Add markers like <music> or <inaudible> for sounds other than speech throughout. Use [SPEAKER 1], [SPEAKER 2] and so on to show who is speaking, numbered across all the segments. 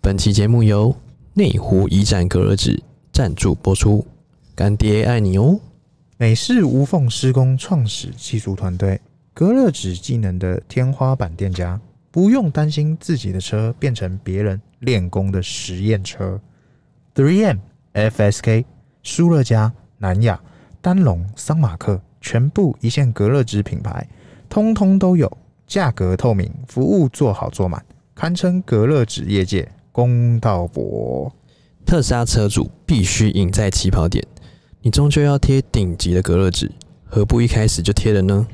[SPEAKER 1] 本期节目由内湖一站隔热纸赞助播出，干爹爱你哦！
[SPEAKER 2] 美式无缝施工创始技术团队，隔热纸技能的天花板店家，不用担心自己的车变成别人练功的实验车。3M、FSK、舒乐家、南亚、丹龙、桑马克，全部一线隔热纸品牌，通通都有，价格透明，服务做好做满，堪称隔热纸业界公道伯。
[SPEAKER 1] 特斯拉车主必须赢在起跑点，你终究要贴顶级的隔热纸，何不一开始就贴了呢？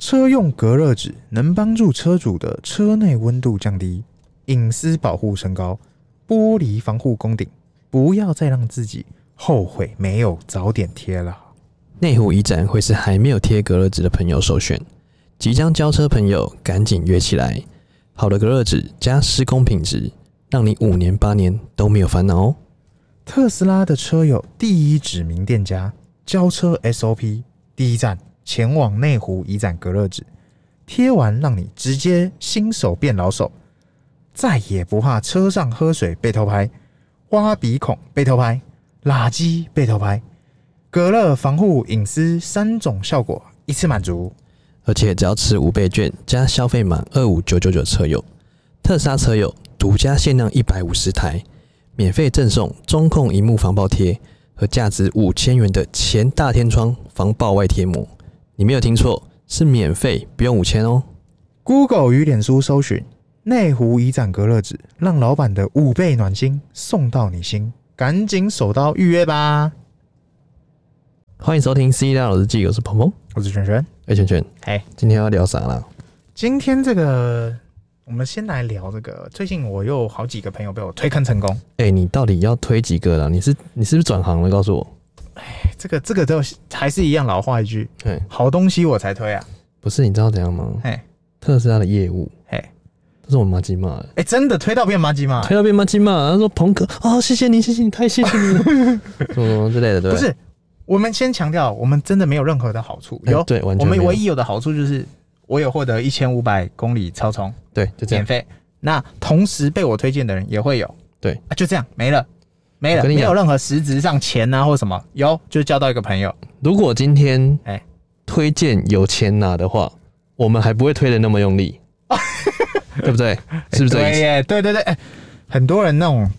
[SPEAKER 2] 车用隔热纸能帮助车主的车内温度降低，隐私保护升高，玻璃防护功顶，不要再让自己后悔没有早点贴了。
[SPEAKER 1] 内湖一站会是还没有贴隔热纸的朋友首选，即将交车朋友赶紧约起来。好的隔热纸加施工品质，让你五年八年都没有烦恼哦。
[SPEAKER 2] 特斯拉的车友第一指名店家，交车 SOP 第一站前往内湖一展隔热纸，贴完让你直接新手变老手，再也不怕车上喝水被偷拍、挖鼻孔被偷拍、垃圾被偷拍，隔热、防护、隐私三种效果一次满足。
[SPEAKER 1] 而且只要持五倍券加消费满二五九九九车友，特斯拉车友独家限量一百五十台，免费赠送中控荧幕防爆贴和价值五千元的前大天窗防爆外贴膜。你没有听错，是免费，不用五千哦。
[SPEAKER 2] Google 与脸书搜寻内湖一展隔热纸，让老板的五倍暖心送到你心，赶紧手刀预约吧！
[SPEAKER 1] 欢迎收听《C 大佬日记》，我是鹏鹏，
[SPEAKER 2] 我是璇璇，
[SPEAKER 1] 哎，圈圈，
[SPEAKER 2] 嘿，
[SPEAKER 1] 今天要聊啥啦？
[SPEAKER 2] 今天这个我们先来聊这个，最近我又好几个朋友被我推坑成功，
[SPEAKER 1] 哎、你到底要推几个啦？你是你是不是转行了？告诉我。
[SPEAKER 2] 这个这个都还是一样老话一句，
[SPEAKER 1] 对，
[SPEAKER 2] 好东西我才推啊！
[SPEAKER 1] 哎不是，你知道怎样吗？
[SPEAKER 2] 嘿，
[SPEAKER 1] 特斯拉的业务，
[SPEAKER 2] 嘿，
[SPEAKER 1] 这是我妈鸡骂的。
[SPEAKER 2] 哎、真的推到变麻吉吗？
[SPEAKER 1] 推到变妈鸡骂，他说鹏哥啊、谢谢你，谢谢你，太谢谢你
[SPEAKER 2] <laughs>
[SPEAKER 1] 了，什么什么之类的，对
[SPEAKER 2] 不是，我们先强调，我们真的没有任何的好处，
[SPEAKER 1] 哎
[SPEAKER 2] 有、
[SPEAKER 1] 对完
[SPEAKER 2] 我
[SPEAKER 1] 全没
[SPEAKER 2] 们
[SPEAKER 1] 有
[SPEAKER 2] 唯一有的好处就是我有获得一千五百公里超充。
[SPEAKER 1] 对，就这
[SPEAKER 2] 免
[SPEAKER 1] 样。
[SPEAKER 2] 费。那同时被我推荐的人也会有，
[SPEAKER 1] 对
[SPEAKER 2] 啊，就这样没了，没
[SPEAKER 1] 我
[SPEAKER 2] 了，
[SPEAKER 1] 跟你
[SPEAKER 2] 没
[SPEAKER 1] 讲
[SPEAKER 2] 有任何实质上钱啊或什么，有就交到一个朋友，
[SPEAKER 1] 如果今天
[SPEAKER 2] 哎
[SPEAKER 1] 推荐有钱拿的话，我们还不会推的那么用
[SPEAKER 2] <laughs>
[SPEAKER 1] 力，对不对？是不是这个意
[SPEAKER 2] 对
[SPEAKER 1] 思？
[SPEAKER 2] 耶，对对对，哎、很多人那种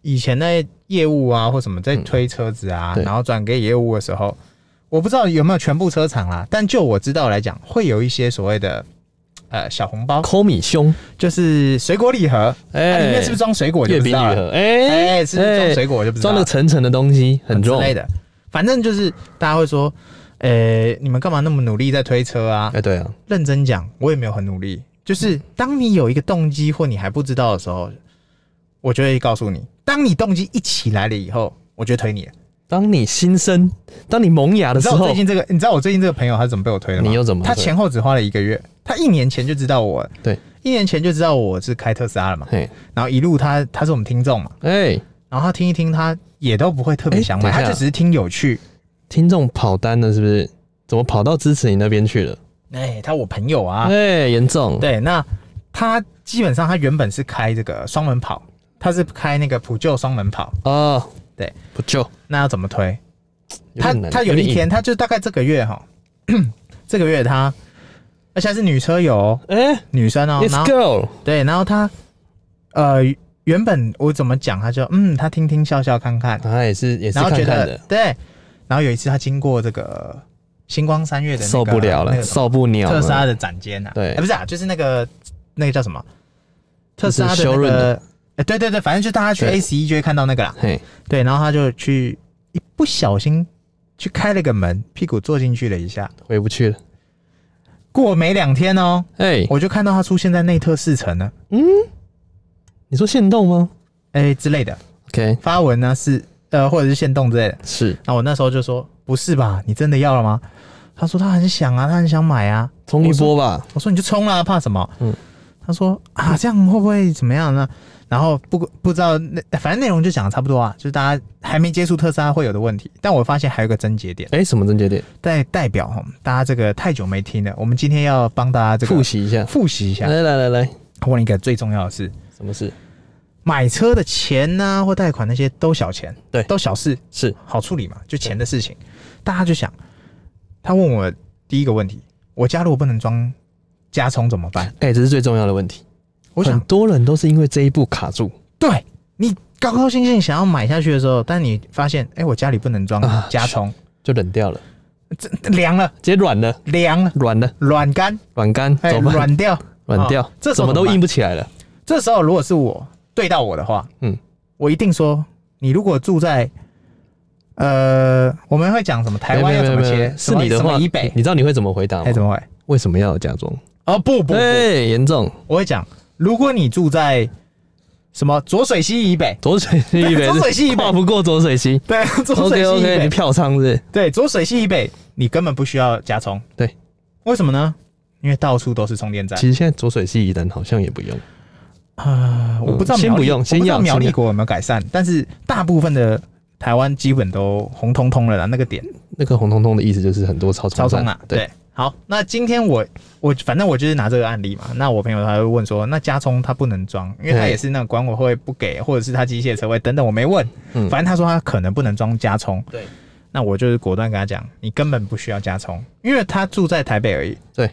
[SPEAKER 2] 以前的业务啊或什么在推车子
[SPEAKER 1] 嗯
[SPEAKER 2] 啊，
[SPEAKER 1] 对
[SPEAKER 2] 然后转给业务的时候，我不知道有没有全部车厂啦，但就我知道来讲，会有一些所谓的呃小红包，
[SPEAKER 1] 抠米胸，
[SPEAKER 2] 就是水果礼盒，啊
[SPEAKER 1] 哎，
[SPEAKER 2] 里面是不是装水果我就
[SPEAKER 1] 月
[SPEAKER 2] 不
[SPEAKER 1] 饼
[SPEAKER 2] 知
[SPEAKER 1] 礼
[SPEAKER 2] 道了，
[SPEAKER 1] 盒？哎
[SPEAKER 2] 哎、是不是装水
[SPEAKER 1] 果？
[SPEAKER 2] 果我就不知道
[SPEAKER 1] 装
[SPEAKER 2] 了
[SPEAKER 1] 了。层层的东西很重
[SPEAKER 2] 之类的。反正就是大家会说，呃、你们干嘛那么努力在推车啊？
[SPEAKER 1] 哎，对啊，
[SPEAKER 2] 认真讲，我也没有很努力。就是当你有一个动机或你还不知道的时候，我就会告诉你。当你动机一起来了以后，我就推你了。
[SPEAKER 1] 当你新生，当你萌芽的
[SPEAKER 2] 哎你
[SPEAKER 1] 时
[SPEAKER 2] 知道我
[SPEAKER 1] 候
[SPEAKER 2] 最，近这个，你知道我最近这个朋友他怎么被我推的吗？
[SPEAKER 1] 你又怎么推
[SPEAKER 2] 他前后只花了一个月，他一年前就知道我，
[SPEAKER 1] 对，
[SPEAKER 2] 一年前就知道我是开特斯拉了嘛。
[SPEAKER 1] 嘿，
[SPEAKER 2] 然后一路他他是我们听众嘛，
[SPEAKER 1] 哎，
[SPEAKER 2] 然后他听一听，他也都不会特别
[SPEAKER 1] 哎
[SPEAKER 2] 想
[SPEAKER 1] 等
[SPEAKER 2] 买，
[SPEAKER 1] 一下
[SPEAKER 2] 他就只是听有趣。
[SPEAKER 1] 听众跑单了是不是？怎么跑到支持你那边去了？
[SPEAKER 2] 哎，他我朋友啊，
[SPEAKER 1] 哎，严重，
[SPEAKER 2] 对，那他基本上他原本是开这个双门跑，他是开那个普救双门跑，
[SPEAKER 1] 啊，
[SPEAKER 2] 对，
[SPEAKER 1] 不救。
[SPEAKER 2] 那要怎么推？他
[SPEAKER 1] 点难
[SPEAKER 2] 他有
[SPEAKER 1] 点
[SPEAKER 2] 一
[SPEAKER 1] 硬
[SPEAKER 2] 天，他就大概这个月哈， <clears throat> 这个月他，而且还是女车友哦，
[SPEAKER 1] 哎、
[SPEAKER 2] 女生哦
[SPEAKER 1] l e，t
[SPEAKER 2] 然
[SPEAKER 1] s
[SPEAKER 2] 后
[SPEAKER 1] go，
[SPEAKER 2] 对，然后他呃原本我怎么讲，他就嗯，他听听笑笑看看，
[SPEAKER 1] 他也哦是也是
[SPEAKER 2] 然后
[SPEAKER 1] 看
[SPEAKER 2] 觉
[SPEAKER 1] 看
[SPEAKER 2] 得
[SPEAKER 1] 的，
[SPEAKER 2] 对，然后有一次他经过这个星光三月的那个
[SPEAKER 1] 受不了了，
[SPEAKER 2] 那个什么
[SPEAKER 1] 受不了
[SPEAKER 2] 特斯拉
[SPEAKER 1] 了，
[SPEAKER 2] 的展间啊，
[SPEAKER 1] 对
[SPEAKER 2] 哎不是啊，就是那个那个叫什么特
[SPEAKER 1] 就是
[SPEAKER 2] 斯拉的
[SPEAKER 1] 修
[SPEAKER 2] 那
[SPEAKER 1] 润
[SPEAKER 2] 个
[SPEAKER 1] 的，
[SPEAKER 2] 哎、对对对，反正就大家去
[SPEAKER 1] 对
[SPEAKER 2] A 十一就会看到那个啦，
[SPEAKER 1] 嘿，
[SPEAKER 2] 对，然后他就去一不小心去开了个门，屁股坐进去了一下，
[SPEAKER 1] 回不去了，
[SPEAKER 2] 过没两天哦，
[SPEAKER 1] 哎、
[SPEAKER 2] 我就看到他出现在内特四层了，
[SPEAKER 1] 你说限动吗
[SPEAKER 2] 哎、之类的
[SPEAKER 1] ？OK，
[SPEAKER 2] 发文呢、是呃或者是限动之类的，
[SPEAKER 1] 是
[SPEAKER 2] 那我那时候就说不是吧，你真的要了吗？他说他很想啊，他很想买啊，
[SPEAKER 1] 冲一波吧，
[SPEAKER 2] 我说你就冲啦、怕什么？
[SPEAKER 1] 嗯
[SPEAKER 2] 他说啊，这样会不会怎么样呢？然后不不知道那反正内容就讲的差不多啊，就是大家还没接触特斯拉会有的问题。但我发现还有个症结点，
[SPEAKER 1] 哎、什么症结点？
[SPEAKER 2] 代代表哈，大家这个太久没听了，我们今天要帮大家这个
[SPEAKER 1] 复习一下，嗯
[SPEAKER 2] 复习一下。
[SPEAKER 1] 来来来来，
[SPEAKER 2] 问一个最重要的事，
[SPEAKER 1] 什么事？
[SPEAKER 2] 买车的钱呐、或贷款那些都小钱，
[SPEAKER 1] 对
[SPEAKER 2] 都小事，
[SPEAKER 1] 是
[SPEAKER 2] 好处理嘛，就钱的事情。大家就想，他问我第一个问题，我家如果不能装加充怎么办？
[SPEAKER 1] 哎、这是最重要的问题。
[SPEAKER 2] 我
[SPEAKER 1] 很
[SPEAKER 2] 想，
[SPEAKER 1] 多人都是因为这一步卡住
[SPEAKER 2] 对你高高兴兴想要买下去的时候，但你发现，哎、我家里不能装
[SPEAKER 1] 啊
[SPEAKER 2] 加充，
[SPEAKER 1] 就冷掉了，
[SPEAKER 2] 这凉了，
[SPEAKER 1] 直接软了，
[SPEAKER 2] 凉了，
[SPEAKER 1] 软了，
[SPEAKER 2] 软干，
[SPEAKER 1] 软干
[SPEAKER 2] 哎、
[SPEAKER 1] 怎么办？
[SPEAKER 2] 软掉。
[SPEAKER 1] 软掉
[SPEAKER 2] 哦，这时
[SPEAKER 1] 怎
[SPEAKER 2] 候
[SPEAKER 1] 么
[SPEAKER 2] 怎
[SPEAKER 1] 都
[SPEAKER 2] 么办
[SPEAKER 1] 硬不起来了。
[SPEAKER 2] 这时候如果是我对到我的话，
[SPEAKER 1] 嗯，
[SPEAKER 2] 我一定说，你如果住在，呃，我们会讲什么台湾要
[SPEAKER 1] 没
[SPEAKER 2] 怎
[SPEAKER 1] 有
[SPEAKER 2] 么
[SPEAKER 1] 没有没有
[SPEAKER 2] 切，
[SPEAKER 1] 是你的
[SPEAKER 2] 什么
[SPEAKER 1] 话，嗯
[SPEAKER 2] 以北
[SPEAKER 1] 你，知道你会怎么回答吗
[SPEAKER 2] 哎，？怎么会？
[SPEAKER 1] 为什么要有嫁妆？
[SPEAKER 2] 哦，不不不，
[SPEAKER 1] 哎，严重，
[SPEAKER 2] 我会讲，如果你住在什么浊水溪以北，
[SPEAKER 1] 左水溪以北，
[SPEAKER 2] <laughs> 左水溪以北
[SPEAKER 1] 跨不过左水溪。
[SPEAKER 2] 对，浊
[SPEAKER 1] OK
[SPEAKER 2] 水溪以
[SPEAKER 1] OK，
[SPEAKER 2] 北
[SPEAKER 1] 你票仓是不是
[SPEAKER 2] 对，浊水溪以北，你根本不需要加充，
[SPEAKER 1] 对，
[SPEAKER 2] 为什么呢？因为到处都是充电站
[SPEAKER 1] 其实现在左水溪宜兰好像也不用，
[SPEAKER 2] 啊、我不知道
[SPEAKER 1] 嗯先
[SPEAKER 2] 苗栗
[SPEAKER 1] 不用
[SPEAKER 2] 我
[SPEAKER 1] 先
[SPEAKER 2] 知道
[SPEAKER 1] 要
[SPEAKER 2] 苗
[SPEAKER 1] 先
[SPEAKER 2] 栗
[SPEAKER 1] 要
[SPEAKER 2] 国有没有改善，但是大部分的台湾基本都红彤彤了啦，那个点。
[SPEAKER 1] 那个红彤彤的意思就是很多超充
[SPEAKER 2] 超充
[SPEAKER 1] 站
[SPEAKER 2] 啊，对。好，那今天我我反正我就是拿这个案例嘛。那我朋友他会问说，那加充他不能装，因为他
[SPEAKER 1] 对
[SPEAKER 2] 也是那个管委会不给，或者是他机械车位等等，我没问。
[SPEAKER 1] 嗯
[SPEAKER 2] 反正他说他可能不能装加充。
[SPEAKER 1] 对。
[SPEAKER 2] 那我就是果断跟他讲，你根本不需要加充，因为他住在台北而已。
[SPEAKER 1] 对。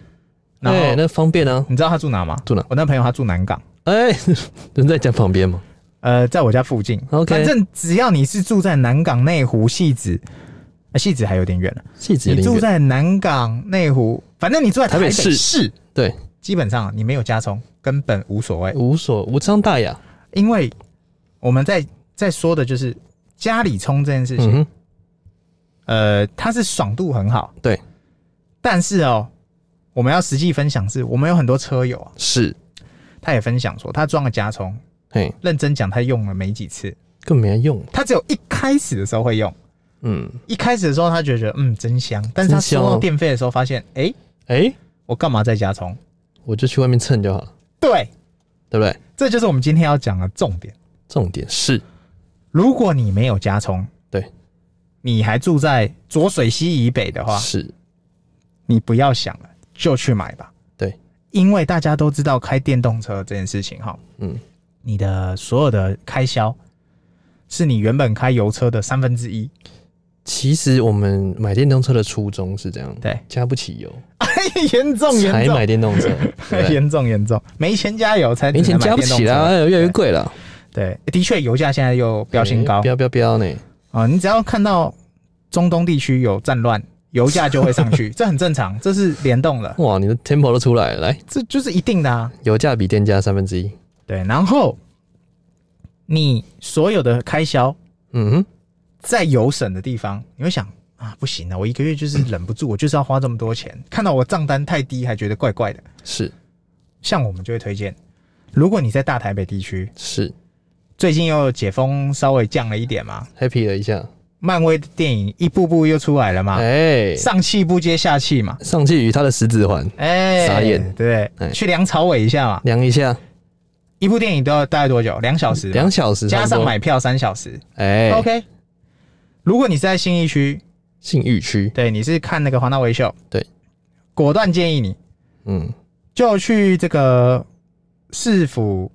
[SPEAKER 2] 然
[SPEAKER 1] 对，
[SPEAKER 2] 后
[SPEAKER 1] 那方便啊。
[SPEAKER 2] 你知道他住哪吗？
[SPEAKER 1] 住哪
[SPEAKER 2] 我那朋友他住南港，
[SPEAKER 1] 哎， <laughs> 人在家旁边吗？
[SPEAKER 2] 呃，在我家附近。
[SPEAKER 1] OK
[SPEAKER 2] 反正只要你是住在南港内湖戏子，呃戏子还有点远了。
[SPEAKER 1] 戏子有
[SPEAKER 2] 你
[SPEAKER 1] 点
[SPEAKER 2] 住
[SPEAKER 1] 远。
[SPEAKER 2] 在南港内湖，反正你住在
[SPEAKER 1] 台
[SPEAKER 2] 台
[SPEAKER 1] 北
[SPEAKER 2] 北
[SPEAKER 1] 市
[SPEAKER 2] 市
[SPEAKER 1] 对，
[SPEAKER 2] 基本上你没有加充，根本无所谓，
[SPEAKER 1] 无所无伤大雅。
[SPEAKER 2] 因为我们在在说的就是家里充这件事
[SPEAKER 1] 嗯
[SPEAKER 2] 情，
[SPEAKER 1] 哼，
[SPEAKER 2] 呃，它是爽度很好，
[SPEAKER 1] 对，
[SPEAKER 2] 但是哦，我们要实际分享是，我们有很多车友啊，
[SPEAKER 1] 是，
[SPEAKER 2] 他也分享说他装了加充，
[SPEAKER 1] 嘿，
[SPEAKER 2] 认真讲他用了没几次，
[SPEAKER 1] 更没用。
[SPEAKER 2] 他只有一开始的时候会用，
[SPEAKER 1] 嗯，
[SPEAKER 2] 一开始的时候他觉得嗯真香，但是他
[SPEAKER 1] 真香
[SPEAKER 2] 收到
[SPEAKER 1] 哦
[SPEAKER 2] 电费的时候发现，哎、
[SPEAKER 1] 哎，
[SPEAKER 2] 我干嘛再加充？
[SPEAKER 1] 我就去外面蹭就好了，
[SPEAKER 2] 对，
[SPEAKER 1] 对不对？
[SPEAKER 2] 这就是我们今天要讲的重点。
[SPEAKER 1] 重点是，
[SPEAKER 2] 如果你没有加充，
[SPEAKER 1] 对，
[SPEAKER 2] 你还住在浊水溪以北的话，
[SPEAKER 1] 是，
[SPEAKER 2] 你不要想了，就去买吧。
[SPEAKER 1] 对，
[SPEAKER 2] 因为大家都知道开电动车这件事情哈，
[SPEAKER 1] 嗯，
[SPEAKER 2] 你的所有的开销是你原本开油车的三分之一。
[SPEAKER 1] 其实我们买电动车的初衷是这样，
[SPEAKER 2] 对，
[SPEAKER 1] <laughs> 加不起油
[SPEAKER 2] 哎，严重严
[SPEAKER 1] 才买
[SPEAKER 2] 重，
[SPEAKER 1] 电
[SPEAKER 2] <laughs>
[SPEAKER 1] 动车， <laughs> 对不对
[SPEAKER 2] 严重严重，没钱加油才
[SPEAKER 1] 没钱
[SPEAKER 2] 只
[SPEAKER 1] 加
[SPEAKER 2] 能买
[SPEAKER 1] 不
[SPEAKER 2] 电动
[SPEAKER 1] 起啦，
[SPEAKER 2] 车。
[SPEAKER 1] 哎呦越来越贵了，
[SPEAKER 2] 对，的确油价现在又飙新高
[SPEAKER 1] 哎
[SPEAKER 2] 啊、
[SPEAKER 1] 飙飙飙呢，
[SPEAKER 2] 你只要看到中东地区有战乱，油价就会
[SPEAKER 1] <laughs>
[SPEAKER 2] 上去，这很正常，这是联动了。
[SPEAKER 1] 哇，你的 tempo 都出来了，来，
[SPEAKER 2] 这就是一定的啊。
[SPEAKER 1] 油价比电价三分之一，
[SPEAKER 2] 对，然后你所有的开销
[SPEAKER 1] 嗯哼，
[SPEAKER 2] 在有省的地方，你会想啊，不行啊，我一个月就是忍不住，我就是要花这么多钱。看到我账单太低，还觉得怪怪的。
[SPEAKER 1] 是
[SPEAKER 2] 像我们就会推荐，如果你在大台北地区，
[SPEAKER 1] 是
[SPEAKER 2] 最近又解封稍微降了一点嘛，
[SPEAKER 1] happy 了一下，
[SPEAKER 2] 漫威的电影一步步又出来了嘛，
[SPEAKER 1] 哎，
[SPEAKER 2] 上气不接下气嘛，
[SPEAKER 1] 上气与他的十指环
[SPEAKER 2] 哎、
[SPEAKER 1] 傻眼
[SPEAKER 2] 对，
[SPEAKER 1] 哎
[SPEAKER 2] 去梁朝伟一下嘛，
[SPEAKER 1] 量一下，
[SPEAKER 2] 一部电影都要大概多久？两小时嘛，
[SPEAKER 1] 两小时
[SPEAKER 2] 加
[SPEAKER 1] 差
[SPEAKER 2] 上
[SPEAKER 1] 不多，
[SPEAKER 2] 买票三小时。
[SPEAKER 1] 哎
[SPEAKER 2] OK，如果你是在信义区，
[SPEAKER 1] 性欲区，
[SPEAKER 2] 对，你是看那个黄大维秀，
[SPEAKER 1] 对，
[SPEAKER 2] 果断建议你
[SPEAKER 1] 嗯，
[SPEAKER 2] 就去这个市府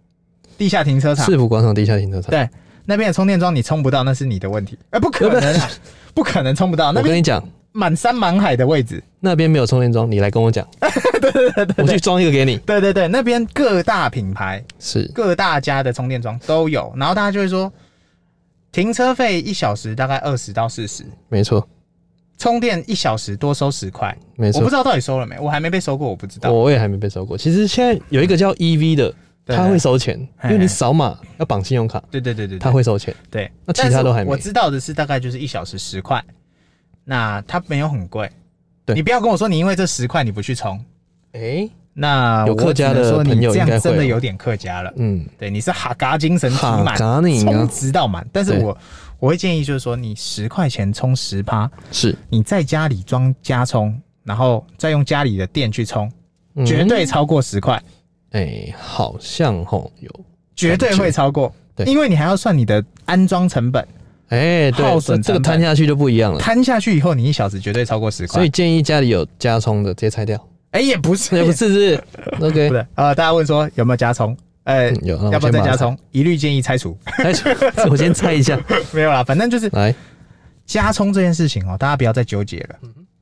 [SPEAKER 2] 地下停车场
[SPEAKER 1] 市府广场地下停车场，
[SPEAKER 2] 对那边的充电桩，你充不到，那是你的问题，哎、
[SPEAKER 1] <laughs>
[SPEAKER 2] 不可能啊，不可能充不到，那
[SPEAKER 1] 我跟
[SPEAKER 2] 边
[SPEAKER 1] 你讲。
[SPEAKER 2] 满山满海的位置，
[SPEAKER 1] 那边没有充电桩，你来跟我
[SPEAKER 2] <laughs>
[SPEAKER 1] 讲，我去装一个给你。
[SPEAKER 2] 对对对，那边各大品牌、
[SPEAKER 1] 是，
[SPEAKER 2] 各大家的充电桩都有，然后大家就会说，停车费一小时大概二十到四十，
[SPEAKER 1] 没错，
[SPEAKER 2] 充电一小时多收十块，
[SPEAKER 1] 没
[SPEAKER 2] 我
[SPEAKER 1] 错
[SPEAKER 2] 不知。道到底收了没，我还没被收过，我不知道。
[SPEAKER 1] 我也还没被收过。其实现在有一个叫 EV 的，
[SPEAKER 2] 对
[SPEAKER 1] 他会收钱，因
[SPEAKER 2] 嘿
[SPEAKER 1] 为你扫码要绑信用卡，
[SPEAKER 2] 对对对对，对
[SPEAKER 1] 他会收钱。
[SPEAKER 2] 对，
[SPEAKER 1] 那其
[SPEAKER 2] 但是
[SPEAKER 1] 他都还没
[SPEAKER 2] 我知道的是大概就是一小时十块，那它没有很贵。
[SPEAKER 1] 对
[SPEAKER 2] 你不要跟我说你因为这十块你不去充，
[SPEAKER 1] 哎、
[SPEAKER 2] 那
[SPEAKER 1] 有
[SPEAKER 2] 我
[SPEAKER 1] 客家
[SPEAKER 2] 只能
[SPEAKER 1] 的
[SPEAKER 2] 说你
[SPEAKER 1] 朋友
[SPEAKER 2] 这
[SPEAKER 1] 应该
[SPEAKER 2] 样
[SPEAKER 1] 会哦
[SPEAKER 2] 真的
[SPEAKER 1] 有
[SPEAKER 2] 有点客家了。
[SPEAKER 1] 嗯，
[SPEAKER 2] 对，你是哈嘎精神充
[SPEAKER 1] 哈
[SPEAKER 2] 满，
[SPEAKER 1] 嘎你啊
[SPEAKER 2] 充值到满。但是
[SPEAKER 1] 对
[SPEAKER 2] 我我会建议就是说，你十块钱充十趴，
[SPEAKER 1] 是，
[SPEAKER 2] 你在家里装加充，然后再用家里的电去充，
[SPEAKER 1] 嗯
[SPEAKER 2] 绝对超过十块，
[SPEAKER 1] 哎、好像吼有，
[SPEAKER 2] 绝对会超过。
[SPEAKER 1] 对
[SPEAKER 2] 因为你还要算你的安装成本，
[SPEAKER 1] 哎、
[SPEAKER 2] 耗
[SPEAKER 1] 对，这
[SPEAKER 2] 损
[SPEAKER 1] 这个
[SPEAKER 2] 成本
[SPEAKER 1] 摊下去就不一样了。
[SPEAKER 2] 摊下去以后，你一小时绝对超过十块。
[SPEAKER 1] 所以建议家里有加充的直接拆掉，
[SPEAKER 2] <laughs> 哎、也不是，啊
[SPEAKER 1] 也不是是不是
[SPEAKER 2] <laughs> 不
[SPEAKER 1] ，OK，
[SPEAKER 2] 对，呃，大家问说有没有加充？呃，
[SPEAKER 1] 嗯有，那我
[SPEAKER 2] 要不要
[SPEAKER 1] 先
[SPEAKER 2] 再
[SPEAKER 1] 把
[SPEAKER 2] 加
[SPEAKER 1] <laughs> 它
[SPEAKER 2] 葱？一律建议拆除。 <laughs>
[SPEAKER 1] 猜出，我先猜一下，
[SPEAKER 2] 没有啦，反正就是
[SPEAKER 1] 来，
[SPEAKER 2] 加葱这件事情哦，大家不要再纠结了。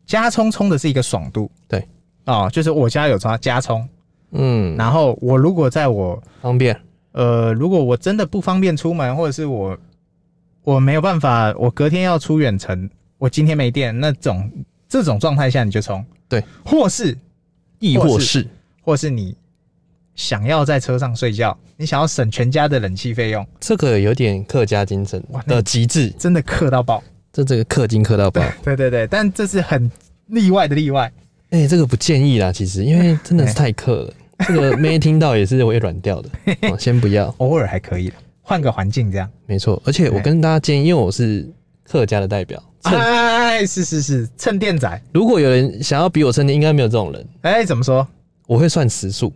[SPEAKER 2] 加葱葱的是一个爽度，
[SPEAKER 1] 嗯对，
[SPEAKER 2] 哦，就是我家有加加葱，
[SPEAKER 1] 嗯，
[SPEAKER 2] 然后我如果在我
[SPEAKER 1] 方便，
[SPEAKER 2] 呃，如果我真的不方便出门，或者是我我没有办法，我隔天要出远程，我今天没电，那种这种状态下你就冲，
[SPEAKER 1] 对，
[SPEAKER 2] 或是
[SPEAKER 1] 亦
[SPEAKER 2] 或
[SPEAKER 1] 或
[SPEAKER 2] 是
[SPEAKER 1] 是
[SPEAKER 2] 或是你想要在车上睡觉，你想要省全家的冷气费用，
[SPEAKER 1] 这个有点客家精神
[SPEAKER 2] 哇那
[SPEAKER 1] 的极致，
[SPEAKER 2] 真的克
[SPEAKER 1] <laughs>
[SPEAKER 2] 到爆。
[SPEAKER 1] 这这个氪金氪到爆。
[SPEAKER 2] 对对对，但这是很例外的例外。
[SPEAKER 1] 哎、这个不建议啦，其实因
[SPEAKER 2] 哎
[SPEAKER 1] 为真的是太克了，这个没听到也是会软掉
[SPEAKER 2] <laughs>
[SPEAKER 1] 的、哦，先不要，
[SPEAKER 2] 偶尔还可以了，换个环境这样。
[SPEAKER 1] 没错。而且我跟大家建议，因为我是客家的代表，趁
[SPEAKER 2] 哎，是是是，蹭电仔。
[SPEAKER 1] 如果有人想要比我称的，应该没有这种人，
[SPEAKER 2] 哎，怎么说？
[SPEAKER 1] 我会算时速，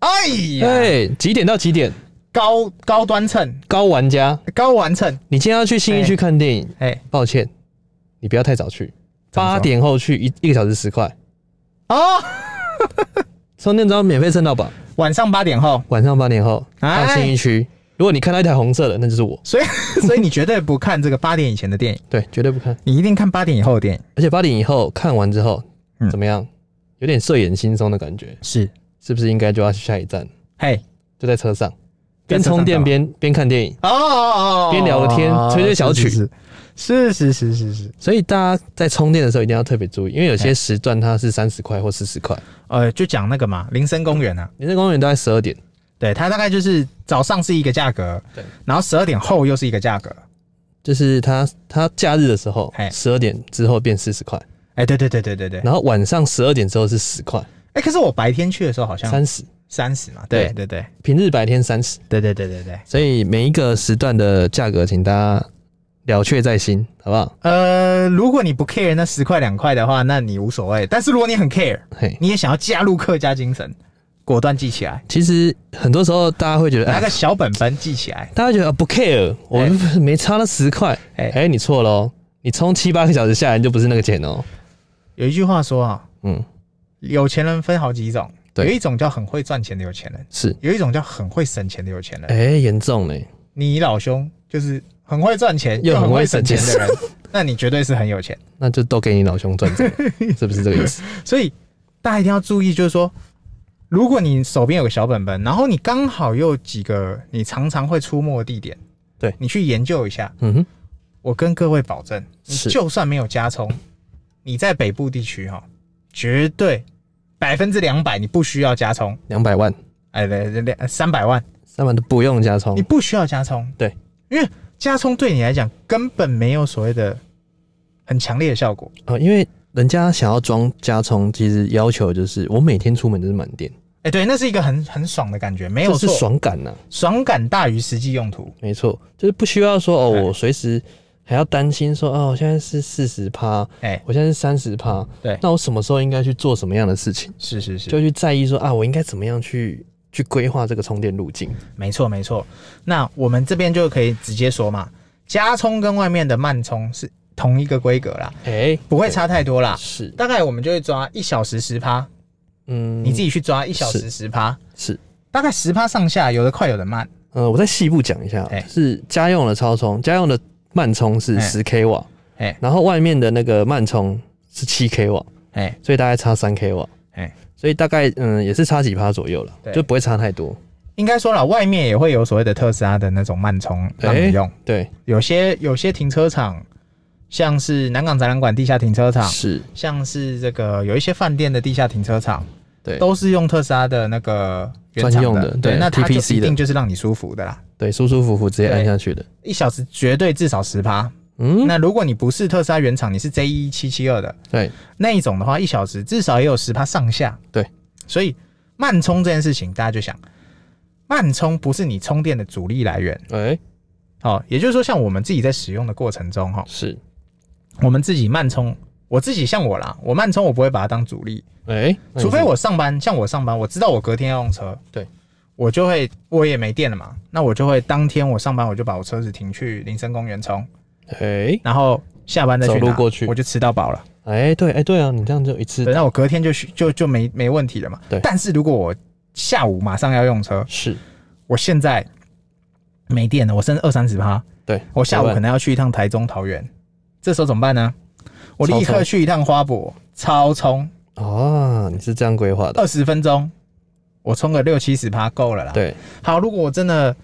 [SPEAKER 2] 哎呀，
[SPEAKER 1] 哎、几点到几点，
[SPEAKER 2] 高高端蹭，
[SPEAKER 1] 高玩家，
[SPEAKER 2] 高玩蹭。
[SPEAKER 1] 你今天要去新一区看电影，
[SPEAKER 2] 哎，
[SPEAKER 1] 抱歉，你不要太早去，
[SPEAKER 2] 怎么说
[SPEAKER 1] 八点后去一一个小时十块，
[SPEAKER 2] 哦，
[SPEAKER 1] 充电桩免费蹭到饱，
[SPEAKER 2] 晚上八点后，
[SPEAKER 1] 晚上八点后到
[SPEAKER 2] 哎
[SPEAKER 1] 新一区，如果你看到一台红色的，那就是我，
[SPEAKER 2] 所以 <laughs> 所以你绝对不看这个八点以前的电影，
[SPEAKER 1] 对，绝对不看。
[SPEAKER 2] 你一定看八点以后的电影。
[SPEAKER 1] 而且八点以后看完之后
[SPEAKER 2] 嗯
[SPEAKER 1] 怎么样？有点睡眼惺忪的感觉，
[SPEAKER 2] 是，
[SPEAKER 1] 是不是应该就要去下一站？
[SPEAKER 2] 嘿，
[SPEAKER 1] 就在车上，
[SPEAKER 2] 在
[SPEAKER 1] 边
[SPEAKER 2] 车上
[SPEAKER 1] 充电
[SPEAKER 2] 干嘛
[SPEAKER 1] 边边看电影。
[SPEAKER 2] 哦哦哦，
[SPEAKER 1] 边聊个天吹吹小曲
[SPEAKER 2] 是是是是是是，
[SPEAKER 1] 所以大家在充电的时候一定要特别注意，因为有些时段它是三十块或四十块。
[SPEAKER 2] 呃，就讲那个嘛，林森公园啊，
[SPEAKER 1] 林森公园都在十二点，
[SPEAKER 2] 对，它大概就是早上是一个价格，
[SPEAKER 1] 对，
[SPEAKER 2] 然后十二点后又是一个价格，
[SPEAKER 1] 就是它它假日的时候
[SPEAKER 2] 嘿，
[SPEAKER 1] 十二点之后变四十块，
[SPEAKER 2] 哎，对对对对对对，
[SPEAKER 1] 然后晚上十二点之后是十块，
[SPEAKER 2] 哎，可是我白天去的时候好像
[SPEAKER 1] 三十。
[SPEAKER 2] 三十嘛，对
[SPEAKER 1] 对
[SPEAKER 2] 对对
[SPEAKER 1] 平日白天三十，
[SPEAKER 2] 对对对对对，
[SPEAKER 1] 所以每一个时段的价格，请大家了却在心，好不好？
[SPEAKER 2] 呃，如果你不 care 那十块两块的话，那你无所谓，但是如果你很 care，
[SPEAKER 1] 嘿，
[SPEAKER 2] 你也想要加入客家精神，果断记起来，
[SPEAKER 1] 其实很多时候大家会觉得，哎
[SPEAKER 2] 拿个小本本记起来。
[SPEAKER 1] 大家觉得啊不 care，我们 <laughs> 没差那十块，
[SPEAKER 2] 哎
[SPEAKER 1] 哎、你错喽，你充七八个小时下来你就不是那个钱哦、
[SPEAKER 2] 有一句话说啊，
[SPEAKER 1] 嗯，
[SPEAKER 2] 有钱人分好几种，有
[SPEAKER 1] 对
[SPEAKER 2] 一种叫很会赚钱的有钱人，
[SPEAKER 1] 是，
[SPEAKER 2] 有一种叫很会省钱的有钱人。
[SPEAKER 1] 哎、严重嘞，
[SPEAKER 2] 你老兄就是很会赚钱
[SPEAKER 1] 又
[SPEAKER 2] 又
[SPEAKER 1] 很
[SPEAKER 2] 很会
[SPEAKER 1] 会
[SPEAKER 2] 省
[SPEAKER 1] 省
[SPEAKER 2] 钱
[SPEAKER 1] 钱
[SPEAKER 2] 的人， <laughs> 那你绝对是很有钱。
[SPEAKER 1] 那就都给你老兄
[SPEAKER 2] <laughs>
[SPEAKER 1] 赚走了，是不是这个意思？
[SPEAKER 2] 所以大家一定要注意，就是说，如果你手边有个小本本，然后你刚好又有几个你常常会出没的地点，
[SPEAKER 1] 对
[SPEAKER 2] 你去研究一下。
[SPEAKER 1] 嗯哼，
[SPEAKER 2] 我跟各位保证，你
[SPEAKER 1] 是
[SPEAKER 2] 就算没有加充，你在北部地区哈，绝对百分之两百你不需要加充，
[SPEAKER 1] 两百万、
[SPEAKER 2] 哎，两两三百万
[SPEAKER 1] 三万都不用加
[SPEAKER 2] 你
[SPEAKER 1] 充，
[SPEAKER 2] 不需要加充，
[SPEAKER 1] 对，
[SPEAKER 2] 因为加充对你来讲根本没有所谓的很强烈的效果
[SPEAKER 1] 哦，因为人家想要装加充，其实要求就是我每天出门都是满电，
[SPEAKER 2] 哎、对，那是一个很很爽的感觉，没有
[SPEAKER 1] 这是
[SPEAKER 2] 哎错，
[SPEAKER 1] 爽感呐、
[SPEAKER 2] 爽感大于实际用途。
[SPEAKER 1] 没错，就是不需要说哦，
[SPEAKER 2] 哎
[SPEAKER 1] 我随时还要担心说哦，我现在是四十趴，
[SPEAKER 2] 哎
[SPEAKER 1] 我现在是三十趴，
[SPEAKER 2] 对
[SPEAKER 1] 那我什么时候应该去做什么样的事情？
[SPEAKER 2] 是是是，
[SPEAKER 1] 就去在意说啊，我应该怎么样去去规划这个充电路径。
[SPEAKER 2] 没错没错。那我们这边就可以直接说嘛，加充跟外面的慢充是同一个规格啦，
[SPEAKER 1] 哎、
[SPEAKER 2] 不会差太多啦。
[SPEAKER 1] 是，
[SPEAKER 2] 大概我们就会抓一小时十趴，
[SPEAKER 1] 嗯，
[SPEAKER 2] 你自己去抓一小时十趴，
[SPEAKER 1] 是，
[SPEAKER 2] 大概十趴上下，有的快有的慢。
[SPEAKER 1] 呃，我再细部讲一下，
[SPEAKER 2] 哎
[SPEAKER 1] 是家用的超充，家用的慢充是
[SPEAKER 2] 哎
[SPEAKER 1] 十 k 瓦，
[SPEAKER 2] 哎
[SPEAKER 1] 然后外面的那个慢充是七 k 瓦，
[SPEAKER 2] 哎
[SPEAKER 1] 所以大概差三 k 瓦，
[SPEAKER 2] 哎，
[SPEAKER 1] 所以大概嗯也是差几趴左右了
[SPEAKER 2] 对，
[SPEAKER 1] 就不会差太多。
[SPEAKER 2] 应该说了，外面也会有所谓的特斯拉的那种慢充让你用，
[SPEAKER 1] 对，
[SPEAKER 2] 有些有些停车场，像是南港展览馆地下停车场，
[SPEAKER 1] 是，
[SPEAKER 2] 像是这个有一些饭店的地下停车场，
[SPEAKER 1] 对，
[SPEAKER 2] 都是用特斯拉的那个原厂
[SPEAKER 1] 专用的
[SPEAKER 2] 对，
[SPEAKER 1] 对
[SPEAKER 2] 那它就
[SPEAKER 1] TPC
[SPEAKER 2] 一定
[SPEAKER 1] 的
[SPEAKER 2] 就是让你舒服的啦，
[SPEAKER 1] 对，舒舒服服直接按下去的。
[SPEAKER 2] 一小时绝对至少十趴。
[SPEAKER 1] 嗯，
[SPEAKER 2] 那如果你不是特斯拉原厂，你是 J 一七七二的
[SPEAKER 1] 对，
[SPEAKER 2] 那一种的话，一小时至少也有十趴上下。
[SPEAKER 1] 对，
[SPEAKER 2] 所以慢充这件事情，大家就想，慢充不是你充电的主力来源。
[SPEAKER 1] 哎、
[SPEAKER 2] 哦，也就是说，像我们自己在使用的过程中，哈，
[SPEAKER 1] 是，
[SPEAKER 2] 我们自己慢充，我自己像我啦，我慢充我不会把它当主力，
[SPEAKER 1] 哎、那你
[SPEAKER 2] 除非
[SPEAKER 1] 是
[SPEAKER 2] 我上班，像我上班，我知道我隔天要用车，
[SPEAKER 1] 对，
[SPEAKER 2] 我就会我也没电了嘛，那我就会当天我上班我就把我车子停去林森公园充，
[SPEAKER 1] 哎、
[SPEAKER 2] 然后下班再去
[SPEAKER 1] 走路
[SPEAKER 2] 拿
[SPEAKER 1] 过去
[SPEAKER 2] 我就吃到饱了。
[SPEAKER 1] 哎、对，哎、对啊，你这样就一次
[SPEAKER 2] 对，那我隔天就去就就没没问题了嘛。
[SPEAKER 1] 对
[SPEAKER 2] 但是如果我下午马上要用车，
[SPEAKER 1] 是
[SPEAKER 2] 我现在没电了，我剩二三十趴，
[SPEAKER 1] 对
[SPEAKER 2] 我下午可
[SPEAKER 1] 能
[SPEAKER 2] 能要去一趟台中、桃园，这时候怎么办呢？我立
[SPEAKER 1] 超
[SPEAKER 2] 刻
[SPEAKER 1] 充
[SPEAKER 2] 去一趟花博超充，
[SPEAKER 1] 哦，你是这样规划的，
[SPEAKER 2] 二十分钟，我充个六七十趴够了啦。，
[SPEAKER 1] 对，
[SPEAKER 2] 好，如果我真的